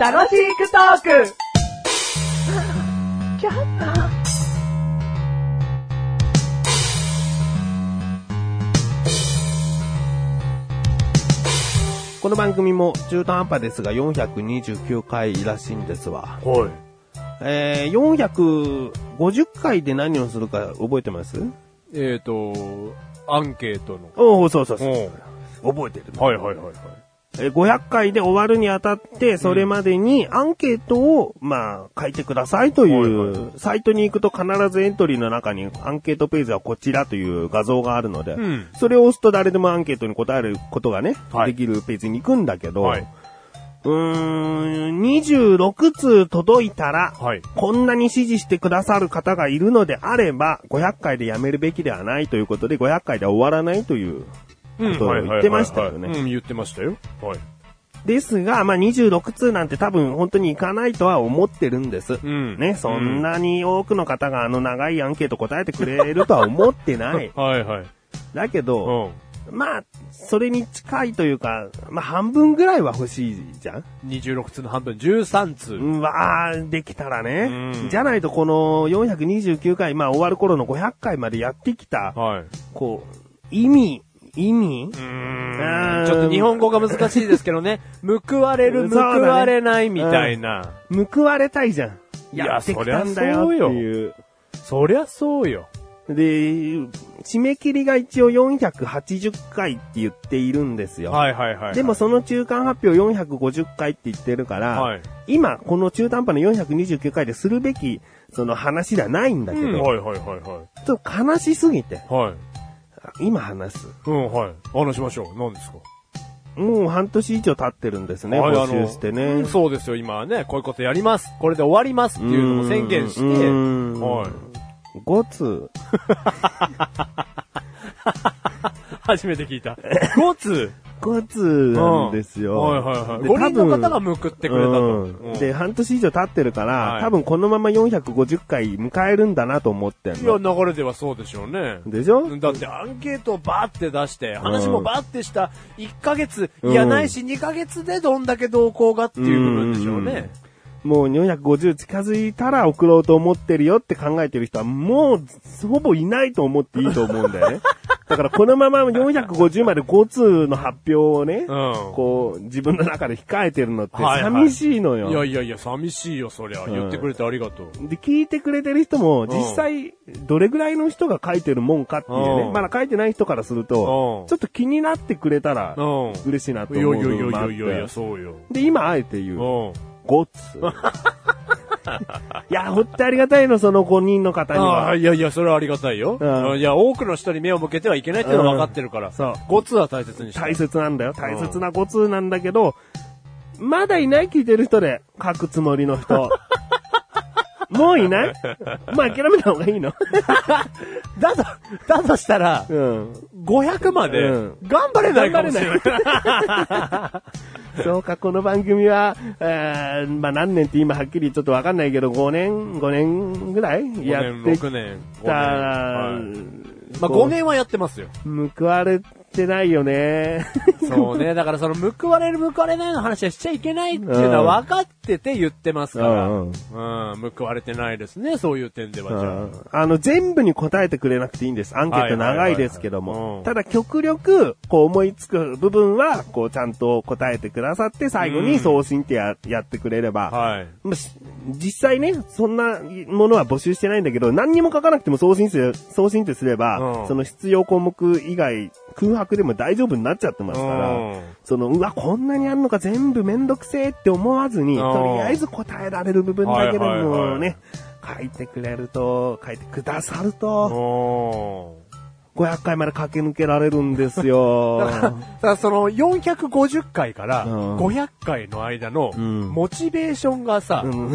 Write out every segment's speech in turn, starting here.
楽しくトークこの番組も中途半端ですが429回らしいんですわ。はい。えー、450回で何をするか覚えてますえっ、ー、と、アンケートの。おおそうそうそう。ん。覚えてるね、はいはいはいはい。えー500回で終わるにあたって、それまでにアンケートを、まあ、書いてくださいという、はいサイトに行くと必ずエントリーの中にアンケートページはこちらという画像があるので、うんそれを押すと誰でもアンケートに答えることがね、はいできるページに行くんだけど、はいうーん、26通届いたら、はいこんなに支持してくださる方がいるのであれば、500回でやめるべきではないということで、500回では終わらないということを言ってましたよね。うん、言ってましたよ。はい。ですが、まあ、26通なんて多分本当にいかないとは思ってるんです。んね、そんなに多くの方があの長いアンケート答えてくれるとは思ってな い。はいはい。だけうど、まあ、それに近いというか、まあ、半分ぐらいは欲しいじゃんん。26通の半分、13通。うわー、できたらね。うんじゃないとこの429回、まあ、終わる頃の500回までやってきた、はい。こう、意味、意味ううーんん。ちょっと日本語が難しいですけ どね。報われる、そ報うだねわれないみたいな。報われたいじゃん。いややってきたんだよってそりゃいう。そりゃそうよ。で、締め切りが一応480回って言っているんですよ。はいはいはい。でも、その中間発表450回って言ってるから、はい今この中途半端の429回でするべきその話ではないんだうけど、ん、ちはいはいはいはょっと悲しすぎて、い。はい。今話す。うん、はい。話しましょう。何ですかもう半年以上経ってるんですね、はい募集してあのうねん。そうですよ、今はね、こういうことやります。これで終わりますっていうのも宣言して、うーんはい。 5通。初めて聞いた。5通5通 なんですよ。はいはいはい。で5人の多分方が向くってくれたと。うんうんで、半年以上経ってるから、はい多分このまま450回迎えるんだなと思ってんいや、の。流れではそうでしょうね。でしょだってアンケートをバーって出して、話もバーってした1ヶ月、うんいやないし2ヶ月でどんだけ動向がっていう部分でしょうね。もう450近づいたら送ろうと思ってるよって考えてる人はもうほぼいないと思っていいと思うんだよ ね。だからこのまま450まで5通の発表をね、うんこう自分の中で控えてるのってはいはい寂しいのよ。いやいやいや、寂しいよ、そりゃ。言ってくれてありがとう。で、聞いてくれてる人も、実際、どれぐらいの人が書いてるもんかっていううね。んまだ書いてない人からするとう、んちょっと気になってくれたらうん、嬉しいなといや思ういやい部分もあやっいやいや、て。そうよ。で、今、あえて言う。うん。 5つ。いや、ほってありがたいの、その5人の方にああ、は。いやいや、それはありがたいよ。うんいや、多くの人に目を向けてはいけないっていうのは分かってるから。んそうごつは大切にして。大切なんだよ。大切な5通なんだけど、まだいない聞いてる人で、書くつもりの 人。もういないまあ、諦めた方が いいの。だと、だとしたら、うん。 500までうん、頑張れないかもしれない。そうか、この番組は、えー、まあ何年って今はっきりちょっとわかんないけど、5年、5年ぐらいや5っ年、て6き年。た、 5年はいまあこ5年はやってますよ。う報われてないよね。そうね。だからその報われる報われないの話はしちゃいけないっていうのは分かってて言ってますから。ううんん。報われてないですね。そういう点ではじゃ あ。あの、全部に答えてくれなくていいんです。アンケート長いですけどはいはいはいはも。いただ、極力、こう思いつく部分は、こうちゃんと答えてくださって、最後に送信ってややってくれれば、はい。まあし実際ね、そんなものは募集してないんだけど、何にも書かなくても送信すれ送信ってすれば、うんその必要項目以外、空白でも大丈夫になっちゃってますから、うんその、うわ、こんなにあんのか全部めんどくせえって思わずに、うんとりあえず答えられる部分だけではいはいもはいね、書いてくれると、書いてくださると、おー500回まで駆け抜けられるんですよ だ。から、だからその450回からうん500回の間のんモチベーションがさう、 ん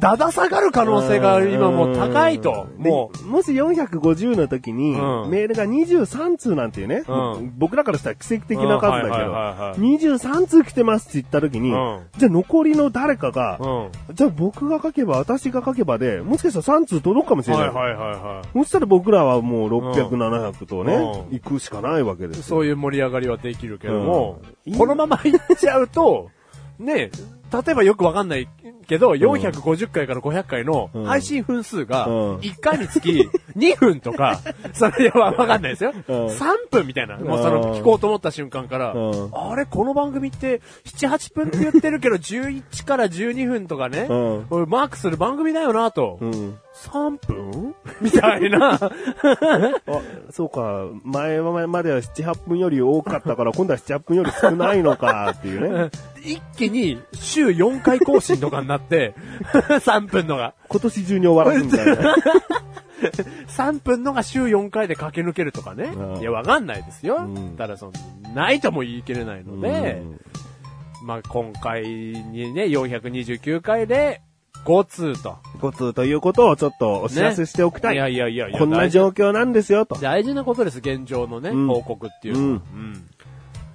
だだ下がる可能性が今もう高いと。うんもでもし450の時に、うんメールが23通なんていうね、うん僕らからしたら奇跡的な数だけど、うんはいはいはいはい23通来てますって言った時に、うんじゃあ残りの誰かがう、、うん。じゃあ僕が書けば、私が書けばで、もしかしたら3通届くかもしれはないい。はいはいはそしたら僕らはもう600、うん700とね、う行くしかないわけですよ。そういう盛り上がりはできるけども、うんこのまま行っちゃうと、 ね、例えばよくわかんないけど、450回から500回のうん配信分数が、うん1回につき2分と か、それはわかんないですよ。3分みたいな。もうその聞こうと思った瞬間から、うんあれ、この番組って7、8分って言ってるけど、11から12分とかね、うん俺マークする番組だよなと、うん。 3分 みたいな。あ、そうか、前はまでは7、8分より多かったから、今度は7、8分より少ないのか、って いうね。一気に週4回更新とかになって、3分のが。今年中に終わらすみたいな。 3分のが週4回で駆け抜けるとかねうん。いや、わかんないですよ。うんただ、その、ないとも言い切れないので、うんまあ、今回にね、429回で、5通と。ご通ということをちょっとお知らせしておきたい。いやいやいやいや。こんな大事状況なんですよ、と。大事なことです、現状のね、うん報告っていうのは。うん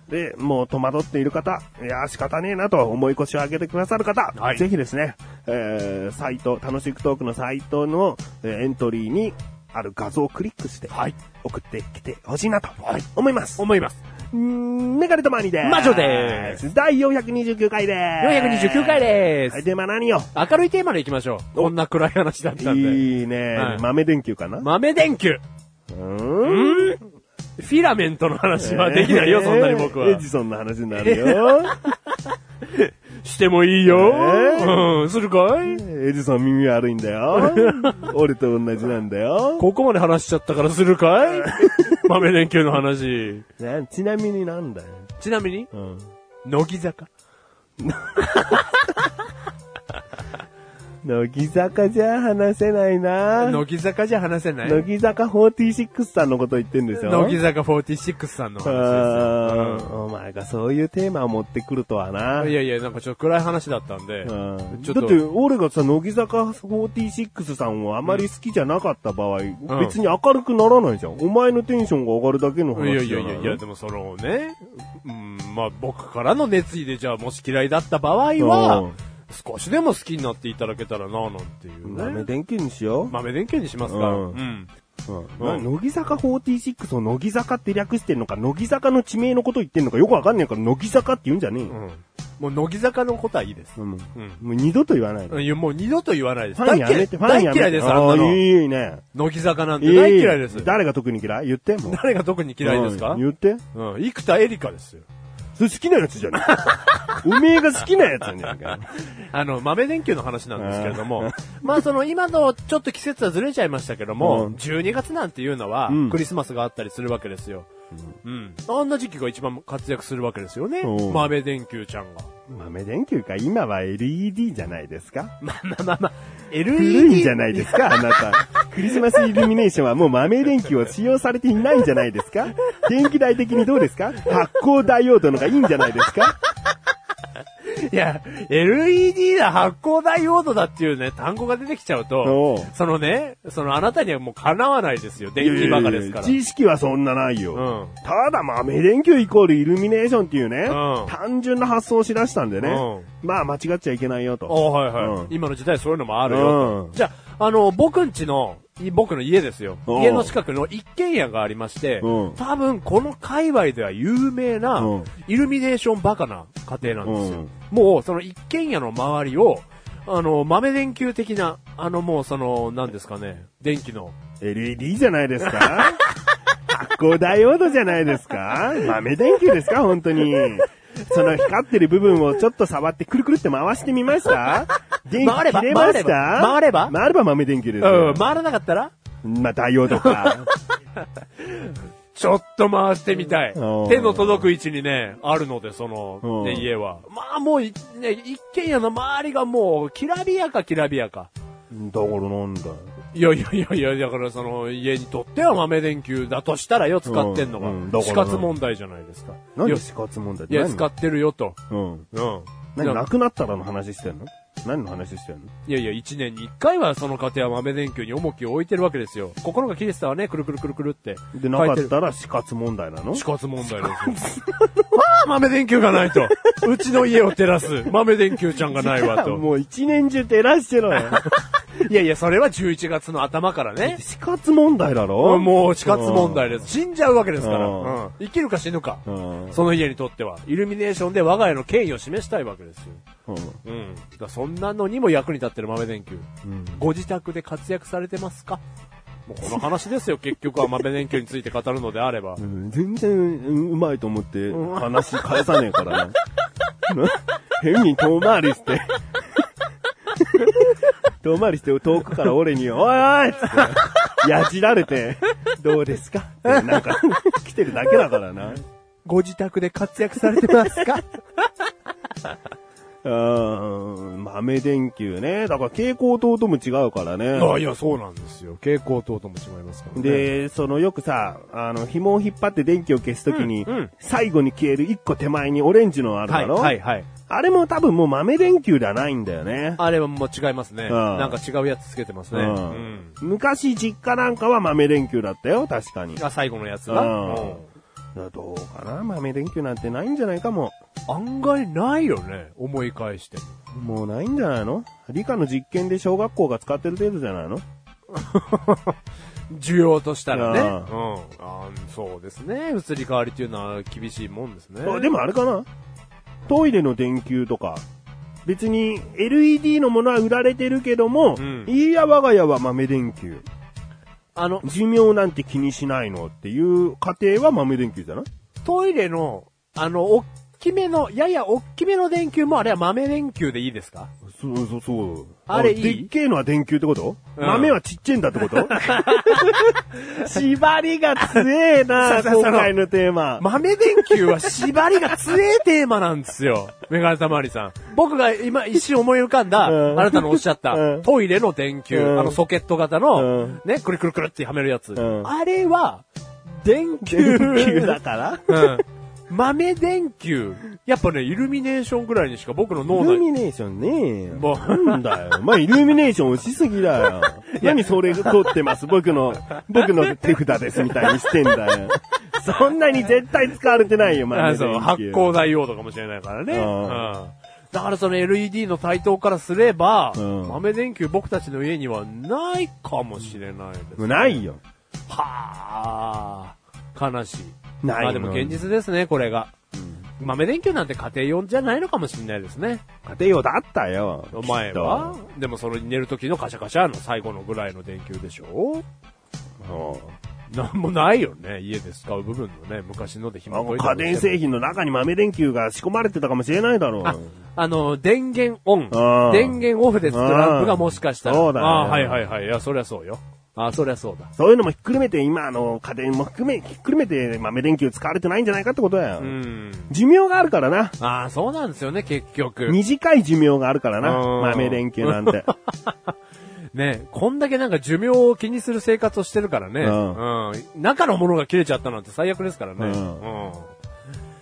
で、もう戸惑っている方、いやー、仕方ねえなと思い越しを上げてくださる方、はいぜひですね、えー、サイト、楽しくトークのサイトの、えーエントリーにある画像をクリックして、はい。送ってきてほしいなと思います。思います。うーん、メガネとマニでーす。魔女でーす。第429回でーす。 429回ではい、す。で、まあ何を明るいテーマでいきましょう。こんな暗い話だったんで。いいね、はい豆電球かなう豆電球。ーん。うんフィラメントの話はできないよ、えーそんなに僕 はエ。ジソンの話になる よ。してもいいよ。えうん、するかいエジソン耳悪いんだよ。 俺と同じなんだよ。ここまで話しちゃったからするか い豆連休の話。なちなみになんだよ。ちなみに、うん。乃木坂。乃木坂じゃ話せないな乃木坂じゃ話せない乃乃木坂46さんのこと言ってんでしょ木坂46さんの話あですーお前がそういうテーマを持ってくるとはな。うん。いやいや、なんかちょっと暗い話だったんで。うんちょっだとって、俺がさ、乃木坂46さんをあまり好きじゃなかった場合、別に明るくならないじゃん。お前のテンションが上がるだけのいや話いじゃやないいやいや、でもそのね、うん、まあ僕からの熱意でじゃあもし嫌いだった場合うはん、少しでも好きになっていただけたらな、なんていうね。豆電球にしよう。豆電球にしますか。うんうん。な乃木坂46を乃木坂って略してんのか、乃木坂の地名のこと言ってんのかよくわかんないから、乃木坂って言うんじゃねえうよ。ん。もう乃木坂のことはいいです。うんもうん。う二度と言わないで。いや、もう二度と言わないでフす。ァ大ンや嫌めい、て、ファ大ンやめて。嫌いです、あんあなーの。いいね。乃木坂なんいて大嫌いです。誰が特に嫌い言って、もう。誰が特に嫌いですかうん言って。うん。生田絵梨花ですよ。それ好きなやつじゃね え。おめえが好きなやつじゃねえか。あの、豆電球の話なんですけれども、まあその今のちょっと季節はずれちゃいましたけども、うん12月なんていうのはうんクリスマスがあったりするわけですよ。うん。あんな時期が一番活躍するわけですよねおう。豆電球ちゃんが。豆電球か、今は LED じゃないですかまあまあまあまあ、古いん LED じゃないですか、あなた。クリスマスイルミネーションはもう豆電球を使用されていないんじゃないですか電気代的にどうですか発光ダイオードのがいいんじゃないですかいや、LED だ、発光ダイオードだっていうね、単語が出てきちゃうおとう、そのね、そのあなたにはもうかなわないですよ。電気バカですから。知識はそんなないよ。うんただ豆電球イコールイルミネーションっていうね、うん単純な発想をしだしたんでね、うまあ間違っちゃいけないよと。おうはいはい、うん今の時代そういうのもあるよ。うんじゃあ、あの、僕んちの、い僕の家ですよ。おう家の近くの一軒家がありまして、うん多分この界隈では有名なうん、イルミネーションバカな家庭なんですよ。うんもう、その一軒家の周りを、あの、豆電球的な、あのもうその、なんですかね、電気の、 LED じゃないですか発光ダイオードじゃないですか豆電球ですか本当に。その光ってる部分をちょっと触ってくるくるって回してみました電気回れば切れました回れば回れば豆電球ですうん、よ。回らなかったら、まあ、ダイオードか。ちょっと回してみたい。手うんの届く位置にね、あるので、その、うんね、家は。まあもうい、ね、一軒家の周りがもう、きらびやかきらびやか。だからなんだ。いやいやいやいや、だからその、家にとっては豆電球だとしたらよ、使ってんのが。うんうんだから死活問題じゃないですか。い何や死活問題っいてや、何使ってるよと。うん。うん。何、いやなくなったらの話してんの何の話してんのいやいや、一年に一回はその家庭は豆電球に重きを置いてるわけですよ。心が切れてたわね、くるくるくるくるって。で、なか書いてっるたら死活問題なの死活問題ですよ。 まあ、豆電球がないと。うちの家を照らす豆電球ちゃんがないわと。もう一年中照らしてろよ。いやいや、それは11月の頭からね。 死活問題だろもう死活問題です。死んじゃうわけですから。うんうん生きるか死ぬかう。ん。その家にとっては。イルミネーションで我が家の権威を示したいわけですよ。うん。うん。だからそんなのにも役に立ってる豆電球。うんご自宅で活躍されてますかもうこの話ですよ、結局は豆電球について語るのであればう。ん全然うんうまいと思って話返さね えからな。な変に遠回りして。 遠回りして遠くから俺に、おいおいっつって、やじられて、どうですかってなんか、来てるだけだからな。 ご自宅で活躍されてますかうーん、豆電球ね。だから蛍光灯とも違うからね。あいや、 そうなんですよ。蛍光灯とも違いますからね。で、そのよくさ、あの、紐を引っ張って電気を消すときに、うんうん最後に消える一個手前にオレンジのあるはだい、ろ、はい、はい。あれも多分もう豆電球ではないんだよね。あれはもう違いますね。んなんか違うやつつけてますね。ううんん。昔実家なんかは豆電球だったよ、確かに。が最後のやつうんが。うんどうかな豆電球なんてないんじゃないかも。案外ないよね、思い返しても。もうないんじゃないの理科の実験で小学校が使ってる程度じゃないの需要としたらね。ううんん。あーそうですね。移り変わりっていうのは厳しいもんですね。あでもあれかなトイレの電球とか。別に LED のものは売られてるけども、うんいいや我が家は豆電球。あの、寿命なんて気にしないのっていう家庭は豆電球じゃないトイレの、あの、おっきめの、ややおっきめの電球もあれは豆電球でいいですかそうそうそう。あれいいでっけえのは電球ってこと、うん豆はちっちゃいんだってこと縛りが強え な、そうそうそう今回のテーマ。豆電球は縛りが強えテーマなんですよ。 メガネたまわりさん。僕が今一瞬思い浮かんだ、うんあなたのおっしゃった、うんトイレの電球、うんあのソケット型うの、んね、くるくるくるってはめるやつ。んあれは、電球。電球だからうん。豆電球。やっぱね、イルミネーションぐらいにしか僕の脳イル内。ミネーションねえよ。もうなんだよ。まあ、イルミネーション押しすぎだ よ。何それ取ってます僕の、僕の手札ですみたいにしてんだよ。そんなに絶対使われてないよ、まあそう発光大用とかもしれないからね。うんうんだからその LED の台頭からすれば、うん豆電球僕たちの家にはないかもしれないです、ないよ。はあ、悲しい。ないまのあでも現実ですね、これが。豆電球なんて家庭用じゃないのかもしれないですね。家庭用だったよ。お前はでもその寝る時のカシャカシャの最後のぐらいの電球でしょきっとうんなんもないよね、家で使う部分のね、昔ので暇あこいて家も電製品の中に豆電球が仕込まれてたかもしれないだろう。あ、あの、電源オンうん。電源オフでつくランプがもしかしたら。そうだよあはいはいはい。いや、そりゃそうよ。あそりゃそうだ。そういうのもひっくるめて、今あの家電も含め、ひっくるめて豆電球使われてないんじゃないかってことだよ。うん。寿命があるからな。ああ、そうなんですよね、結局。短い寿命があるからな。うん豆電球なん て。ね、こんだけなんか寿命を気にする生活をしてるからね。うんうん。中のものが切れちゃったなんて最悪ですからね。うんうん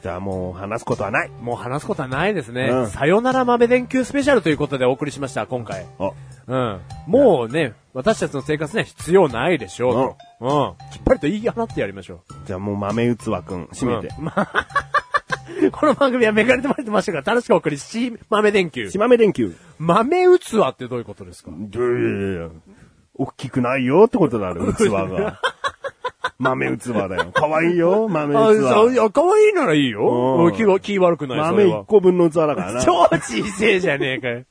じゃあもう話すことはない。もう話すことはないですね。うんさよなら豆電球スペシャルということでお送りしました、今回。あ、うん。もうね、私たちの生活には必要ないでしょうと。うん。きっぱりと言い放ってやりましょう。じゃあもう豆器くん、閉めて。うんまあ この番組はめがれてまいりましたから、楽しくお送りし、豆電球し。まめ電球。豆器ってどういうことですかいやいやいや大きく ないよってことだろ、器が。豆器だよ。可愛いよ、豆あ、そう、い器。や、可愛いならいいよ。うんうん気は、気悪くない、そ豆れ1は。個分の器だからな。超小せえじゃねえかよ。